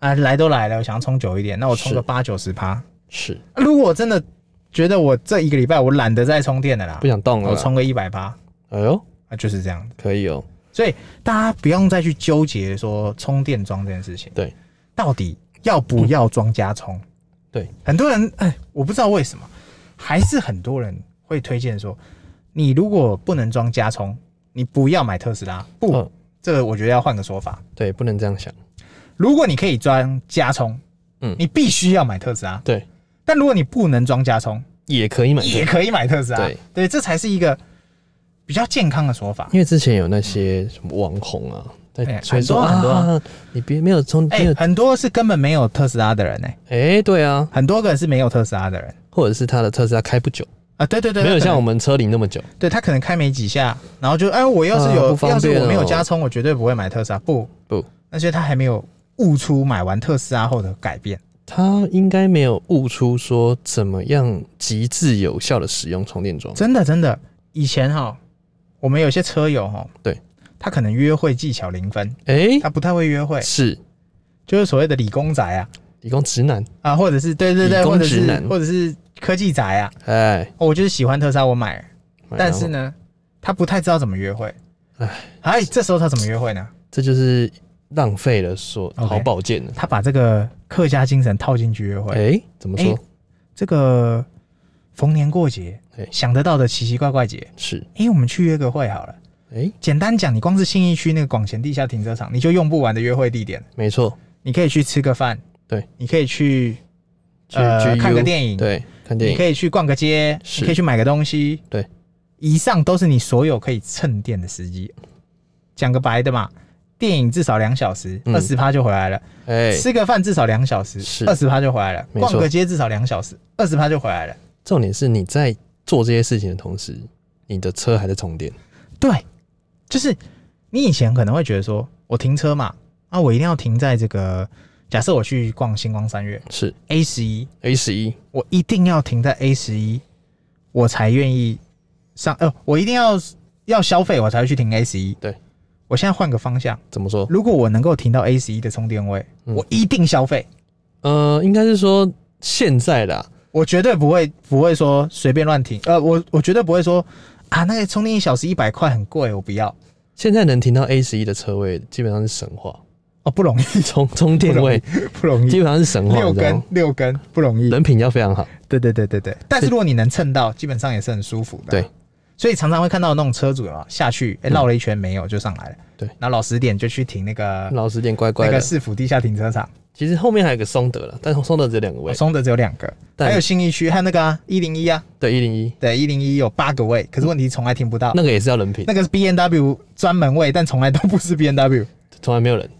[SPEAKER 2] 啊来都来了，我想要充久一点，那我充
[SPEAKER 1] 是
[SPEAKER 2] 个八九十趴。
[SPEAKER 1] 是
[SPEAKER 2] 如果我真的觉得我这一个礼拜我懒得再充电了啦
[SPEAKER 1] 不，想动了
[SPEAKER 2] 我
[SPEAKER 1] 啦。
[SPEAKER 2] 充个一百趴
[SPEAKER 1] 哎呦，
[SPEAKER 2] 啊，就是这样子。
[SPEAKER 1] 可以哦，
[SPEAKER 2] 所以大家不用再去纠结说充电桩这件事情，
[SPEAKER 1] 对，
[SPEAKER 2] 到底要不要装加充？
[SPEAKER 1] 对，
[SPEAKER 2] 很多人哎，我不知道为什么，还是很多人会推荐说，你如果不能装加充，你不要买特斯拉。不，
[SPEAKER 1] 嗯
[SPEAKER 2] 这个我觉得要换个说法。
[SPEAKER 1] 对，不能这样想，
[SPEAKER 2] 如果你可以装加充，
[SPEAKER 1] 嗯
[SPEAKER 2] 你必须要买特斯拉。
[SPEAKER 1] 对，
[SPEAKER 2] 但如果你不能装加充，
[SPEAKER 1] 也可以买这个
[SPEAKER 2] 也可以买特斯拉。
[SPEAKER 1] 对，
[SPEAKER 2] 这才是一个比较健康的说法。
[SPEAKER 1] 因为之前有那些什么网红啊，在
[SPEAKER 2] 哎
[SPEAKER 1] 吹
[SPEAKER 2] 很多
[SPEAKER 1] 说
[SPEAKER 2] 很多
[SPEAKER 1] 啊，你别没有充，
[SPEAKER 2] 哎、
[SPEAKER 1] 没有
[SPEAKER 2] 很多是根本没有特斯拉的人呢、
[SPEAKER 1] 哎，对啊，
[SPEAKER 2] 很多个是没有特斯拉的人
[SPEAKER 1] 或者是他的特斯拉开不久，
[SPEAKER 2] 啊，对对对，
[SPEAKER 1] 没有
[SPEAKER 2] 他可能
[SPEAKER 1] 像我们车龄那么久，
[SPEAKER 2] 对他可能开没几下，然后就哎，我要是
[SPEAKER 1] 啊
[SPEAKER 2] 有，
[SPEAKER 1] 不方
[SPEAKER 2] 要是
[SPEAKER 1] 便
[SPEAKER 2] 我没有
[SPEAKER 1] 哦
[SPEAKER 2] 加充，我绝对不会买特斯拉。不
[SPEAKER 1] 不，
[SPEAKER 2] 那些他还没有悟出买完特斯拉后的改变。
[SPEAKER 1] 他应该没有悟出说怎么样极致有效的使用充电桩。
[SPEAKER 2] 真的真的，以前哈，我们有些车友哈，
[SPEAKER 1] 对，
[SPEAKER 2] 他可能约会技巧零分，
[SPEAKER 1] 哎、
[SPEAKER 2] 他不太会约会，
[SPEAKER 1] 是
[SPEAKER 2] 就是所谓的理工宅啊
[SPEAKER 1] 理工直男，
[SPEAKER 2] 啊，或者是对对
[SPEAKER 1] 理
[SPEAKER 2] 对，
[SPEAKER 1] 工
[SPEAKER 2] 或者
[SPEAKER 1] 直
[SPEAKER 2] 是
[SPEAKER 1] 男
[SPEAKER 2] 或者是科技宅啊，
[SPEAKER 1] 哎，
[SPEAKER 2] 哦我就是喜欢特斯拉，我买了，但是
[SPEAKER 1] 呢，
[SPEAKER 2] 呢，他不太知道怎么约会。哎，这时候他怎么约会呢？
[SPEAKER 1] 这就是浪费了所
[SPEAKER 2] OK
[SPEAKER 1] 好宝剑了。
[SPEAKER 2] 他把这个客家精神套进去约会。
[SPEAKER 1] 哎、怎么说？
[SPEAKER 2] 哎这个逢年过节
[SPEAKER 1] 对，
[SPEAKER 2] 想得到的奇奇怪怪节，
[SPEAKER 1] 是
[SPEAKER 2] 哎、我们去约个会好了。
[SPEAKER 1] 哎、
[SPEAKER 2] 简单讲，你光是信义区那个广前地下停车场，你就用不完的约会地点。
[SPEAKER 1] 没错，
[SPEAKER 2] 你可以去吃个饭，
[SPEAKER 1] 对，
[SPEAKER 2] 你可以去
[SPEAKER 1] 去
[SPEAKER 2] 呃
[SPEAKER 1] GU
[SPEAKER 2] 看个电影，，
[SPEAKER 1] 对，看电
[SPEAKER 2] 你可
[SPEAKER 1] 影
[SPEAKER 2] 以去逛个街，
[SPEAKER 1] 是
[SPEAKER 2] 你可以去买个东西，
[SPEAKER 1] 对，
[SPEAKER 2] 以上都是你所有可以蹭电的时机。讲个白的嘛，电影至少两小时，
[SPEAKER 1] 嗯
[SPEAKER 2] 二十趴就回来了；
[SPEAKER 1] 哎、
[SPEAKER 2] 吃个饭至少两小时，
[SPEAKER 1] 是
[SPEAKER 2] 二十趴就回来了；
[SPEAKER 1] 没错
[SPEAKER 2] 逛个街至少两小时，二十趴就回来了。
[SPEAKER 1] 重点是你在做这些事情的同时，你的车还在充电。
[SPEAKER 2] 对，就是你以前可能会觉得说，我停车嘛，啊，我一定要停在这个，假设我去逛星光三月
[SPEAKER 1] 是
[SPEAKER 2] A 十一，
[SPEAKER 1] A 十一，
[SPEAKER 2] 我一定要停在 A 十一，我才愿意上，呃，我一定要要消费，我才会去停 A 十一。
[SPEAKER 1] 对，
[SPEAKER 2] 我现在换个方向，
[SPEAKER 1] 怎么说？
[SPEAKER 2] 如果我能够停到 A 十一的充电位，
[SPEAKER 1] 嗯
[SPEAKER 2] 我一定消费，
[SPEAKER 1] 呃，应该是说现在啦，
[SPEAKER 2] 我绝对不会不会说随便乱停，呃，我我绝对不会说啊，那个充电一小时一百块很贵，我不要，
[SPEAKER 1] 现在能停到 A 十一的车位，基本上是神话。
[SPEAKER 2] 哦，
[SPEAKER 1] <laughs>
[SPEAKER 2] 不容易，
[SPEAKER 1] 充充电位
[SPEAKER 2] 不容易
[SPEAKER 1] 基。本上是神话，
[SPEAKER 2] 六
[SPEAKER 1] 你知道
[SPEAKER 2] 根
[SPEAKER 1] 吗？
[SPEAKER 2] 六根不容易。
[SPEAKER 1] 人品要非常好。
[SPEAKER 2] 对对对对对，但是如果你能蹭到，基本上也是很舒服的。
[SPEAKER 1] 对，嗯
[SPEAKER 2] 所以常常会看到那种车主啊下去，哎、绕了一圈没有就上来了。
[SPEAKER 1] 对
[SPEAKER 2] 然后老实点就去停那个
[SPEAKER 1] 老实点，乖
[SPEAKER 2] 那
[SPEAKER 1] 乖
[SPEAKER 2] 个
[SPEAKER 1] 的。
[SPEAKER 2] 市府地下停车场，
[SPEAKER 1] 其实后面还有个松德了，但是松德只有两个位，
[SPEAKER 2] 哦松德只有两个，
[SPEAKER 1] 但
[SPEAKER 2] 还有信义区和那个一零一啊，
[SPEAKER 1] 对一零一
[SPEAKER 2] 对，一零一有八个位，可是问题从来停不到。
[SPEAKER 1] 那个也是要人品，
[SPEAKER 2] 那个是 B N W 专门位，但从来都不是 B N W。
[SPEAKER 1] 从来没有
[SPEAKER 2] <laughs>
[SPEAKER 1] 人，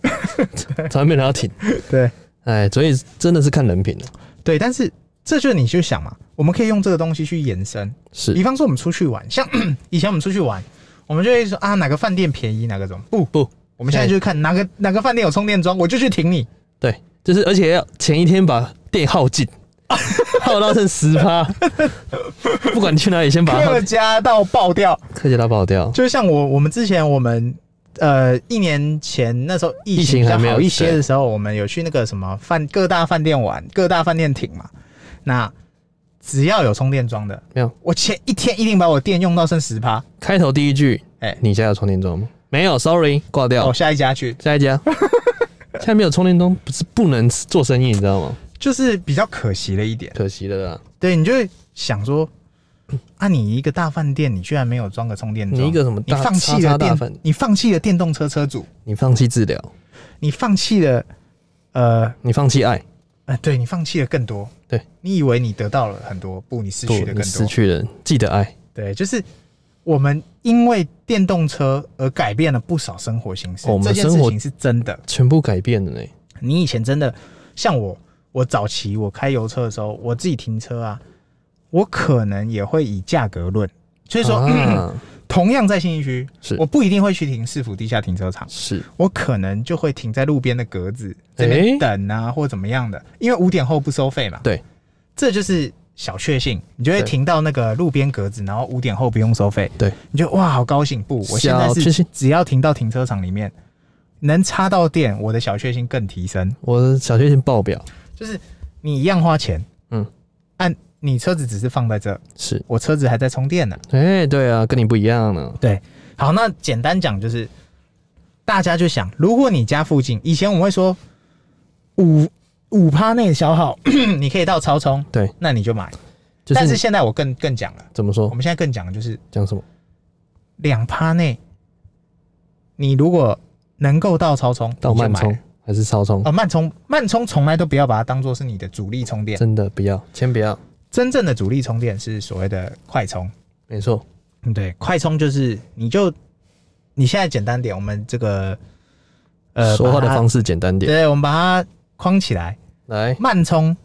[SPEAKER 1] 从来没有人要停。
[SPEAKER 2] 对
[SPEAKER 1] 哎，所以真的是看人品啊的，
[SPEAKER 2] 对，但是这就是你就想嘛，我们可以用这个东西去延伸，
[SPEAKER 1] 是
[SPEAKER 2] 比方说我们出去玩，像 <clears throat> 以前我们出去玩，我们就会说啊哪个饭店便宜哪个怎么不，
[SPEAKER 1] 不？
[SPEAKER 2] 我们现在就看哪个哪个饭店有充电桩，我就去停你。
[SPEAKER 1] 哎对，就是而且要前一天把电耗
[SPEAKER 2] <laughs>
[SPEAKER 1] 尽，耗到剩十趴，不管你去哪里，先把它耗
[SPEAKER 2] 客家到爆掉，
[SPEAKER 1] 科技拉爆掉。
[SPEAKER 2] 就像我我们之前我们呃一年前那时候疫
[SPEAKER 1] 疫情
[SPEAKER 2] 情比
[SPEAKER 1] 还
[SPEAKER 2] 较
[SPEAKER 1] 没有
[SPEAKER 2] 好一些
[SPEAKER 1] 对
[SPEAKER 2] 的时候，我们有去那个什么饭各大饭店玩，各大饭店停嘛。那只要有充电桩的，
[SPEAKER 1] 没有，
[SPEAKER 2] 我前一天一定把我电用到剩十趴，
[SPEAKER 1] 开头第一句，
[SPEAKER 2] 哎哦
[SPEAKER 1] 你家有充电桩吗？没有，sorry，挂掉
[SPEAKER 2] 我。下一家去，
[SPEAKER 1] 下一
[SPEAKER 2] <laughs>
[SPEAKER 1] 家。现在没有充电桩，不是不能做生意，你知道吗？
[SPEAKER 2] 就是比较可惜了一点。
[SPEAKER 1] 可惜了啦。
[SPEAKER 2] 对，你就会想说，啊，你一个大饭店，你居然没有装个充电桩，
[SPEAKER 1] 你一个什么
[SPEAKER 2] 你
[SPEAKER 1] 大
[SPEAKER 2] 放弃
[SPEAKER 1] 叉叉
[SPEAKER 2] 了
[SPEAKER 1] 大
[SPEAKER 2] 电，
[SPEAKER 1] 饭
[SPEAKER 2] 你放弃了电动车车主，
[SPEAKER 1] 你放弃治疗，
[SPEAKER 2] 你放弃了，呃，
[SPEAKER 1] 你放弃爱，
[SPEAKER 2] 呃，对你放弃了更多，
[SPEAKER 1] 对
[SPEAKER 2] 你以为你得到了很多，不，你失
[SPEAKER 1] 不
[SPEAKER 2] 去，了
[SPEAKER 1] 你
[SPEAKER 2] 更
[SPEAKER 1] 失
[SPEAKER 2] 多，
[SPEAKER 1] 去了，记得爱。
[SPEAKER 2] 对，就是。我们因为电动车而改变了不少生活形式，
[SPEAKER 1] 哦我们
[SPEAKER 2] 这件事
[SPEAKER 1] 生活
[SPEAKER 2] 情是真的。
[SPEAKER 1] 全部改变了呢。
[SPEAKER 2] 你以前真的像我，我早期我开油车的时候，我自己停车啊，我可能也会以价格论，所以说、
[SPEAKER 1] 啊，
[SPEAKER 2] <clears throat> 同样在信义区，
[SPEAKER 1] 是
[SPEAKER 2] 我不一定会去停市府地下停车场，
[SPEAKER 1] 是
[SPEAKER 2] 我可能就会停在路边的格子这边
[SPEAKER 1] 诶
[SPEAKER 2] 等啊，或怎么样的，因为五点后不收费嘛。
[SPEAKER 1] 对，
[SPEAKER 2] 这就是小确幸，你就会
[SPEAKER 1] 对
[SPEAKER 2] 停到那个路边格子，然后五点后不用收费。
[SPEAKER 1] 对，
[SPEAKER 2] 你就哇，好高兴！不，我现在
[SPEAKER 1] 小确
[SPEAKER 2] 是
[SPEAKER 1] 幸
[SPEAKER 2] 只要停到停车场里面，能插到电，我的小确幸更提升。
[SPEAKER 1] 我的小确幸爆表，
[SPEAKER 2] 就是你一样花钱，
[SPEAKER 1] 嗯，
[SPEAKER 2] 按你车子只是放在这，
[SPEAKER 1] 是，
[SPEAKER 2] 我车子还在充电呢。
[SPEAKER 1] 哎、对啊，跟你不一样呢，
[SPEAKER 2] 好，那简单讲就是，大家就想，如果你家附近，以前我们会说五五趴内消耗， <clears throat> 你可以到超充，
[SPEAKER 1] 对，
[SPEAKER 2] 那你就买。
[SPEAKER 1] 就
[SPEAKER 2] 但
[SPEAKER 1] 是哦
[SPEAKER 2] 是现在我更更讲了，
[SPEAKER 1] 怎么说
[SPEAKER 2] 我们现在更讲的就是
[SPEAKER 1] 讲什么？
[SPEAKER 2] 两趴内，你如果能够到超充，
[SPEAKER 1] 到
[SPEAKER 2] 你就
[SPEAKER 1] 慢
[SPEAKER 2] 买
[SPEAKER 1] 充还是超充？
[SPEAKER 2] 哦，慢充慢充从来都不要把它当做是你的主力充电，
[SPEAKER 1] 真的不要，先不要，
[SPEAKER 2] 真正的主力充电是所谓的快充。
[SPEAKER 1] 没错，
[SPEAKER 2] 嗯，对，快充就是你就你现在简单点，我们这个呃
[SPEAKER 1] 说话的
[SPEAKER 2] 把它
[SPEAKER 1] 方式简单点，
[SPEAKER 2] 对，我们把它框起来。
[SPEAKER 1] 来，
[SPEAKER 2] 慢充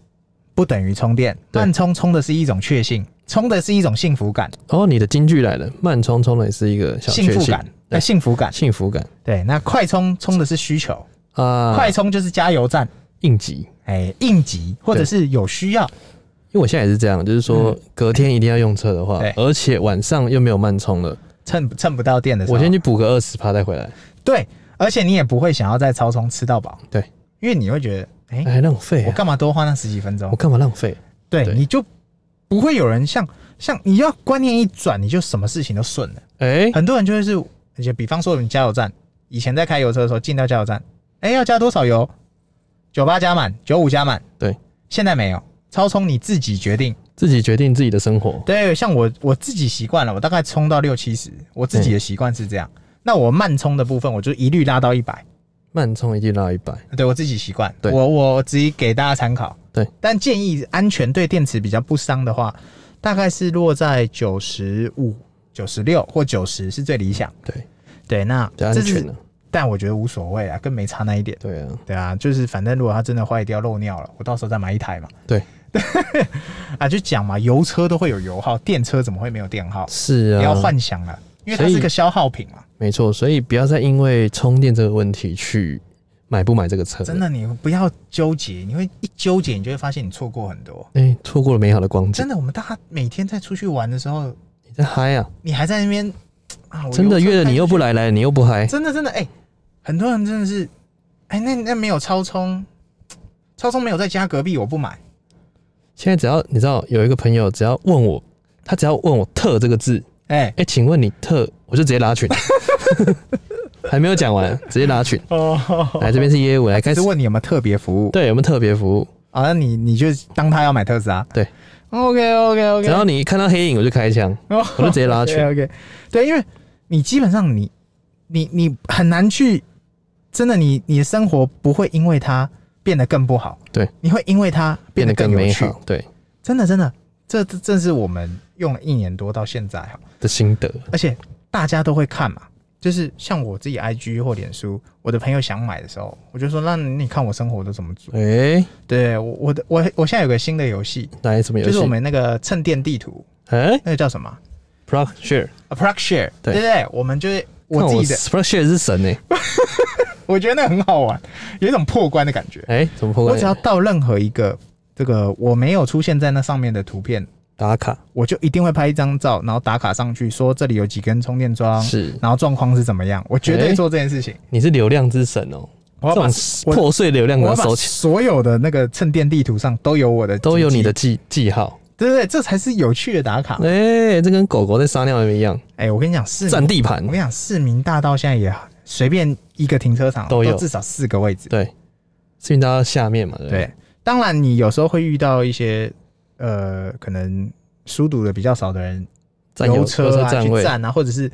[SPEAKER 2] 不等于充电，
[SPEAKER 1] 对
[SPEAKER 2] 慢充充的是一种确幸，充的是一种幸福感，
[SPEAKER 1] 哦，你的金句来了，慢充充的也是一个小
[SPEAKER 2] 幸
[SPEAKER 1] 确
[SPEAKER 2] 福
[SPEAKER 1] 幸
[SPEAKER 2] 感，，那幸福感。
[SPEAKER 1] 幸福感
[SPEAKER 2] 对，那快充充的是需求，
[SPEAKER 1] 啊，
[SPEAKER 2] 快充就是加油站，
[SPEAKER 1] 应急。
[SPEAKER 2] 哎，应急或者
[SPEAKER 1] 对
[SPEAKER 2] 是有需要，
[SPEAKER 1] 因为我现在也是这样，就是说隔天一定要用车的话
[SPEAKER 2] 嗯对，
[SPEAKER 1] 而且晚上又没有慢充了，
[SPEAKER 2] 蹭蹭不到电的时候，
[SPEAKER 1] 我先去补个二十趴再回来，
[SPEAKER 2] 对，而且你也不会想要在超充吃到饱，
[SPEAKER 1] 对，
[SPEAKER 2] 因为你会觉得，哎，
[SPEAKER 1] 哎，浪费
[SPEAKER 2] 我
[SPEAKER 1] 啊！
[SPEAKER 2] 干嘛多花那十几分钟
[SPEAKER 1] 我？干嘛浪费？
[SPEAKER 2] 对，
[SPEAKER 1] 对
[SPEAKER 2] 你就不会有人像像你要观念一转，你就什么事情都顺了。
[SPEAKER 1] 哎，
[SPEAKER 2] 很多人就会是，而且比方说我们加油站，以前在开油车的时候进到加油站，哎、要加多少油？九八加满，九五加满，
[SPEAKER 1] 对，
[SPEAKER 2] 现在没有。超充你自己决定，
[SPEAKER 1] 自己决定自己的生活，
[SPEAKER 2] 对，像我我自己习惯了，我大概充到六七十，我自己的习惯是这样。那我慢充的部分，我就一律拉到一百，
[SPEAKER 1] 慢充一定拉一百，
[SPEAKER 2] 对我自己习惯。
[SPEAKER 1] 对
[SPEAKER 2] 我我只给大家参考。
[SPEAKER 1] 对，
[SPEAKER 2] 但建议安全对电池比较不伤的话，大概是落在九十五、九十六或九十是最理想。
[SPEAKER 1] 对，
[SPEAKER 2] 对，那
[SPEAKER 1] 比较
[SPEAKER 2] 这
[SPEAKER 1] 安
[SPEAKER 2] 是
[SPEAKER 1] 全了。
[SPEAKER 2] 但我觉得无所谓啊，更没差那一点。
[SPEAKER 1] 对啊，
[SPEAKER 2] 对啊，就是反正如果它真的坏掉漏尿了，我到时候再买一台嘛。
[SPEAKER 1] 对，
[SPEAKER 2] <laughs> 啊，就讲嘛，油车都会有油耗，电车怎么会没有电耗？
[SPEAKER 1] 是
[SPEAKER 2] 不要
[SPEAKER 1] 啊，
[SPEAKER 2] 幻想了，因为它
[SPEAKER 1] 所
[SPEAKER 2] 是
[SPEAKER 1] 以
[SPEAKER 2] 个消耗品嘛。
[SPEAKER 1] 没错，所以不要再因为充电这个问题去买不买这个车，
[SPEAKER 2] 真，的，你不要纠结，你会一纠结，你就会发现你错过很多。
[SPEAKER 1] 哎，错过了美好的光景
[SPEAKER 2] 真，的，我们大家每天在出去玩的时候，
[SPEAKER 1] 你在嗨啊！
[SPEAKER 2] 你还在那边啊，我
[SPEAKER 1] 真的
[SPEAKER 2] 油车
[SPEAKER 1] 约了
[SPEAKER 2] 开
[SPEAKER 1] 你又
[SPEAKER 2] 出
[SPEAKER 1] 不
[SPEAKER 2] 去，
[SPEAKER 1] 来，来了你又不嗨，
[SPEAKER 2] 真的真的哎、很多人真的是，哎、那那没有超充，超充没有在家隔壁，我不买。
[SPEAKER 1] 现在只要你知道有一个朋友，只要问我，他只要问我“特”这个字，
[SPEAKER 2] 哎、
[SPEAKER 1] 哎、请问你特，我就直接拉
[SPEAKER 2] <laughs>
[SPEAKER 1] 群，还没有讲完，直接拉群。
[SPEAKER 2] 哦，
[SPEAKER 1] 来，这边是业务，来开
[SPEAKER 2] <laughs> 只
[SPEAKER 1] 始
[SPEAKER 2] 哦是。问你有没有特别服务
[SPEAKER 1] 对，有没有特别服务？
[SPEAKER 2] 啊？那你你就当他要买特斯拉，
[SPEAKER 1] 对
[SPEAKER 2] ，OK OK 哦
[SPEAKER 1] 只
[SPEAKER 2] OK，
[SPEAKER 1] 要你一看到黑影，我就开枪，我就直接拉群。
[SPEAKER 2] OK，对，因为你基本上你你你很难去，真的你你的生活不会因为它变得更不好，
[SPEAKER 1] 对，
[SPEAKER 2] 你会因为它
[SPEAKER 1] 变得
[SPEAKER 2] 更
[SPEAKER 1] 更
[SPEAKER 2] 有
[SPEAKER 1] 美
[SPEAKER 2] 趣，
[SPEAKER 1] 好，对
[SPEAKER 2] 真的真的，这这正是我们用了一年多到现在哈，
[SPEAKER 1] 的心得，
[SPEAKER 2] 而且大家都会看嘛。就是像我自己 IG 或脸书，我的朋友想买的时候，我就说：“那你看我生活都怎么做？”
[SPEAKER 1] 哎、
[SPEAKER 2] 对我我的我我现在有个新的游戏，
[SPEAKER 1] 来什么游
[SPEAKER 2] 就
[SPEAKER 1] 戏？
[SPEAKER 2] 是我们那个蹭电地图，
[SPEAKER 1] 哎、
[SPEAKER 2] 那个叫什么
[SPEAKER 1] p r o c Share，
[SPEAKER 2] a p r o x Share，
[SPEAKER 1] 对
[SPEAKER 2] 对不对？我们就是我自己的，
[SPEAKER 1] p r o c Share 是神呢、欸
[SPEAKER 2] 我觉得那很好玩，有一种破关的感觉。
[SPEAKER 1] 哎、怎么破
[SPEAKER 2] 我
[SPEAKER 1] 关
[SPEAKER 2] 只要
[SPEAKER 1] 系？
[SPEAKER 2] 到任何一个这个我没有出现在那上面的图片，
[SPEAKER 1] 打卡
[SPEAKER 2] 我就一定会拍一张照，然后打卡上去，说这里有几根充电桩，
[SPEAKER 1] 是，
[SPEAKER 2] 然后状况是怎么样，我绝对
[SPEAKER 1] 哎
[SPEAKER 2] 做这件事情。
[SPEAKER 1] 你是流量之神哦、
[SPEAKER 2] 我要把
[SPEAKER 1] 这种破啊碎流量
[SPEAKER 2] 我
[SPEAKER 1] 给
[SPEAKER 2] 要
[SPEAKER 1] 它
[SPEAKER 2] 把
[SPEAKER 1] 收起，
[SPEAKER 2] 所有的那个蹭电地图上都有我的，
[SPEAKER 1] 都有你的，记记号。
[SPEAKER 2] 对对对，这才是有趣的打卡。
[SPEAKER 1] 哎、这跟狗狗在撒尿一样，
[SPEAKER 2] 哎，我跟你讲，啊是
[SPEAKER 1] 占地盘
[SPEAKER 2] 我。跟你讲，市民大道现在也随便一个停车场
[SPEAKER 1] 都有
[SPEAKER 2] 至少四个位置。
[SPEAKER 1] 对，是运到下面嘛，对不对？
[SPEAKER 2] 对，当然你有时候会遇到一些呃，可能疏堵的比较少的人，
[SPEAKER 1] 占有
[SPEAKER 2] 油
[SPEAKER 1] 有
[SPEAKER 2] 车
[SPEAKER 1] 车
[SPEAKER 2] 啊
[SPEAKER 1] 站
[SPEAKER 2] 去
[SPEAKER 1] 位，
[SPEAKER 2] 站啊，或者是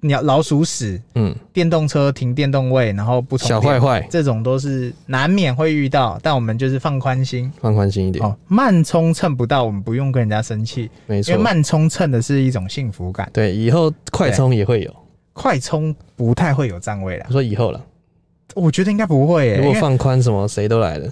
[SPEAKER 2] 你要老鼠屎，
[SPEAKER 1] 嗯，
[SPEAKER 2] 电动车停电动位，然后不充
[SPEAKER 1] 小
[SPEAKER 2] 电
[SPEAKER 1] 坏坏，
[SPEAKER 2] 这种都是难免会遇到，但我们就是放宽心
[SPEAKER 1] 放宽心一点，
[SPEAKER 2] 哦。慢充蹭不到，我们不用跟人家生气，
[SPEAKER 1] 没
[SPEAKER 2] 因为
[SPEAKER 1] 错。
[SPEAKER 2] 慢充蹭的是一种幸福感，
[SPEAKER 1] 对，以后快充也会有。
[SPEAKER 2] 快充不太会有占位啦
[SPEAKER 1] 我。说以后了，
[SPEAKER 2] 我觉得应该不会、耶
[SPEAKER 1] 如果
[SPEAKER 2] 因为
[SPEAKER 1] 放宽什么，谁都来了。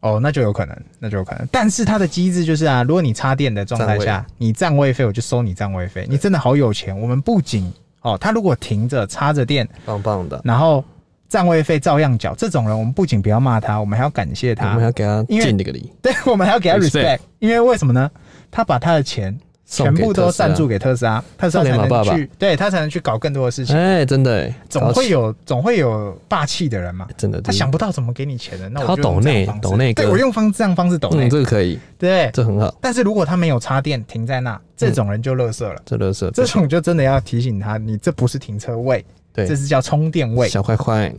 [SPEAKER 2] 哦，那就有可能，那就有可能。但是它的机制就是啊，如果你插电的状态下，你占位费我就收你占位费。你真的好有钱，我们不仅哦，他如果停着插着电，
[SPEAKER 1] 棒棒的，
[SPEAKER 2] 然后占位费照样缴，这种人我们不仅不要骂他，我们还要感谢
[SPEAKER 1] 我
[SPEAKER 2] 他
[SPEAKER 1] 们，要给他
[SPEAKER 2] 嗯因为
[SPEAKER 1] 敬这个礼，
[SPEAKER 2] <laughs> 对，我们还要给他
[SPEAKER 1] respect
[SPEAKER 2] respect，因为为什么呢？他把他的钱
[SPEAKER 1] 送
[SPEAKER 2] 全
[SPEAKER 1] 给
[SPEAKER 2] 部
[SPEAKER 1] 特
[SPEAKER 2] 都
[SPEAKER 1] 斯拉
[SPEAKER 2] 赞助给特斯拉，特斯拉
[SPEAKER 1] 送给
[SPEAKER 2] 才
[SPEAKER 1] 马
[SPEAKER 2] 能去，
[SPEAKER 1] 爸爸
[SPEAKER 2] 对他才能去搞更多的事情。
[SPEAKER 1] 哎，真的哎，
[SPEAKER 2] 总会
[SPEAKER 1] 有
[SPEAKER 2] 有总会有霸气的人嘛，
[SPEAKER 1] 真的，
[SPEAKER 2] 他
[SPEAKER 1] 真的
[SPEAKER 2] 想不到怎么给你钱的，那
[SPEAKER 1] 他
[SPEAKER 2] 我就
[SPEAKER 1] 抖
[SPEAKER 2] 用这样
[SPEAKER 1] 内
[SPEAKER 2] 方式
[SPEAKER 1] 抖内
[SPEAKER 2] 对
[SPEAKER 1] 哥
[SPEAKER 2] 我用方这样方式抖内
[SPEAKER 1] 嗯，，这个可以，
[SPEAKER 2] 对。
[SPEAKER 1] 这很好，
[SPEAKER 2] 但是如果他没有插电停在那，这种人就垃圾了。
[SPEAKER 1] 这乐色，
[SPEAKER 2] 这种就真的要提醒他，你这不是停车位，
[SPEAKER 1] 对
[SPEAKER 2] 这是叫充电位。
[SPEAKER 1] 小坏坏，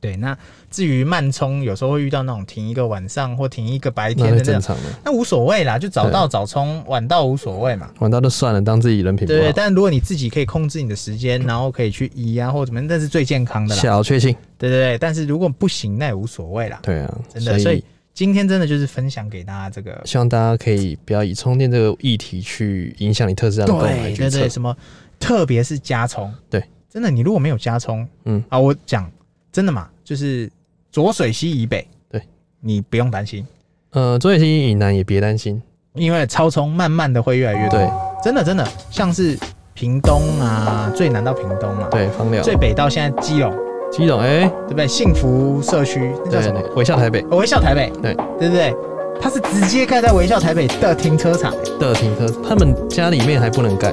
[SPEAKER 2] 对，那至于慢充，有时候会遇到那种停一个晚上或停一个白
[SPEAKER 1] 那
[SPEAKER 2] 天
[SPEAKER 1] 是
[SPEAKER 2] 的那
[SPEAKER 1] 正常
[SPEAKER 2] 种，
[SPEAKER 1] 的，
[SPEAKER 2] 那无所谓啦，就早到早充，晚到无所谓嘛。
[SPEAKER 1] 玩到就算了，当自己人品不
[SPEAKER 2] 对，
[SPEAKER 1] 好，
[SPEAKER 2] 但如果你自己可以控制你的时间，然后可以去移啊或怎么样，那是最健康的啦。
[SPEAKER 1] 小确幸，
[SPEAKER 2] 对对对，但是如果不行，那也无所谓啦。
[SPEAKER 1] 对啊，
[SPEAKER 2] 真的，所以今天真的就是分享给大家这个，
[SPEAKER 1] 希望大家可以不要以充电这个议题去影响你特斯拉的购买
[SPEAKER 2] 对
[SPEAKER 1] 决
[SPEAKER 2] 对对，
[SPEAKER 1] 策。
[SPEAKER 2] 什么，特别是加充，
[SPEAKER 1] 对，
[SPEAKER 2] 真的，你如果没有加充，
[SPEAKER 1] 嗯
[SPEAKER 2] 啊，我讲真的嘛，就是浊水溪以北，
[SPEAKER 1] 对，
[SPEAKER 2] 你不用担心，
[SPEAKER 1] 呃，左眼星以南也别担心，
[SPEAKER 2] 因为超充慢慢的会越来越多，
[SPEAKER 1] 对
[SPEAKER 2] 真的真的，像是屏东啊，最南到屏东嘛，，
[SPEAKER 1] 对，啊方了。
[SPEAKER 2] 最北到现在基隆，
[SPEAKER 1] 基隆哎，
[SPEAKER 2] 对不对？幸福社区那叫
[SPEAKER 1] 对
[SPEAKER 2] 什么？
[SPEAKER 1] 对，微笑台北
[SPEAKER 2] 哦微笑台北，
[SPEAKER 1] 对
[SPEAKER 2] 对不对？它是直接盖在微笑台北的停车场，
[SPEAKER 1] 的停车，他们家里面还不能盖，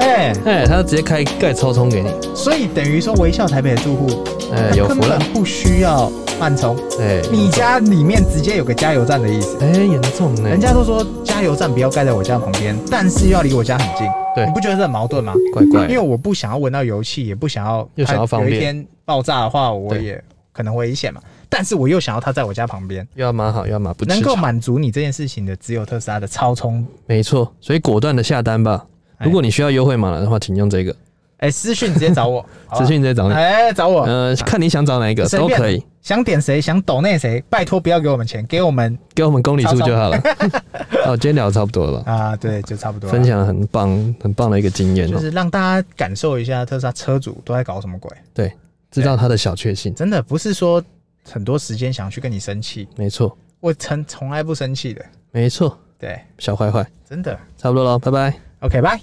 [SPEAKER 2] 哎、
[SPEAKER 1] 哎，他直接开盖超充给你，
[SPEAKER 2] 所以等于说微笑台北的住户，
[SPEAKER 1] 哎，
[SPEAKER 2] 他
[SPEAKER 1] 有福
[SPEAKER 2] 根
[SPEAKER 1] 了
[SPEAKER 2] 本，不需要慢充，
[SPEAKER 1] 哎，
[SPEAKER 2] 你家里面直接有个加油站的意思。
[SPEAKER 1] 哎严重呢，
[SPEAKER 2] 人家都说加油站不要盖在我家旁边，但是又要离我家很近，
[SPEAKER 1] 对
[SPEAKER 2] 你不觉得这很矛盾吗？
[SPEAKER 1] 怪怪
[SPEAKER 2] 因为
[SPEAKER 1] 的，
[SPEAKER 2] 我不想要闻到油气，也不想要
[SPEAKER 1] 又想要方便
[SPEAKER 2] 有一天爆炸的话，我
[SPEAKER 1] 对
[SPEAKER 2] 也可能危险嘛。但是我又想要它在我家旁边，
[SPEAKER 1] 又要码好，又要码不吃
[SPEAKER 2] 能够
[SPEAKER 1] 草，
[SPEAKER 2] 满足你这件事情的只有特斯拉的超充。
[SPEAKER 1] 没错，所以果断的下单吧。
[SPEAKER 2] 哎
[SPEAKER 1] 如果你需要优惠码的话，请用这个
[SPEAKER 2] 哎、私讯直接 <laughs> 找我，好不好
[SPEAKER 1] 资讯直接找你。
[SPEAKER 2] 哎、找我，
[SPEAKER 1] 呃，看你想找哪一个
[SPEAKER 2] 随
[SPEAKER 1] 都
[SPEAKER 2] 便
[SPEAKER 1] 可以，
[SPEAKER 2] 想点谁，想抖那谁，拜托不要给我们钱，给我们
[SPEAKER 1] 给我们公里数就好了。 <laughs> 哦，今天聊得差不多了。
[SPEAKER 2] <laughs> 啊，对，就差不多了
[SPEAKER 1] 分。享了很棒、很棒的一个经验哦、
[SPEAKER 2] 就是让大家感受一下特斯拉车主都在搞什么鬼，
[SPEAKER 1] 知道他的小确幸，
[SPEAKER 2] 真的不是说很多时间想要去跟你生气，
[SPEAKER 1] 没错，
[SPEAKER 2] 我从从来不生气的，
[SPEAKER 1] 没错，
[SPEAKER 2] 对，
[SPEAKER 1] 小坏坏，
[SPEAKER 2] 真的。
[SPEAKER 1] 差不多了，拜拜。
[SPEAKER 2] OK，拜。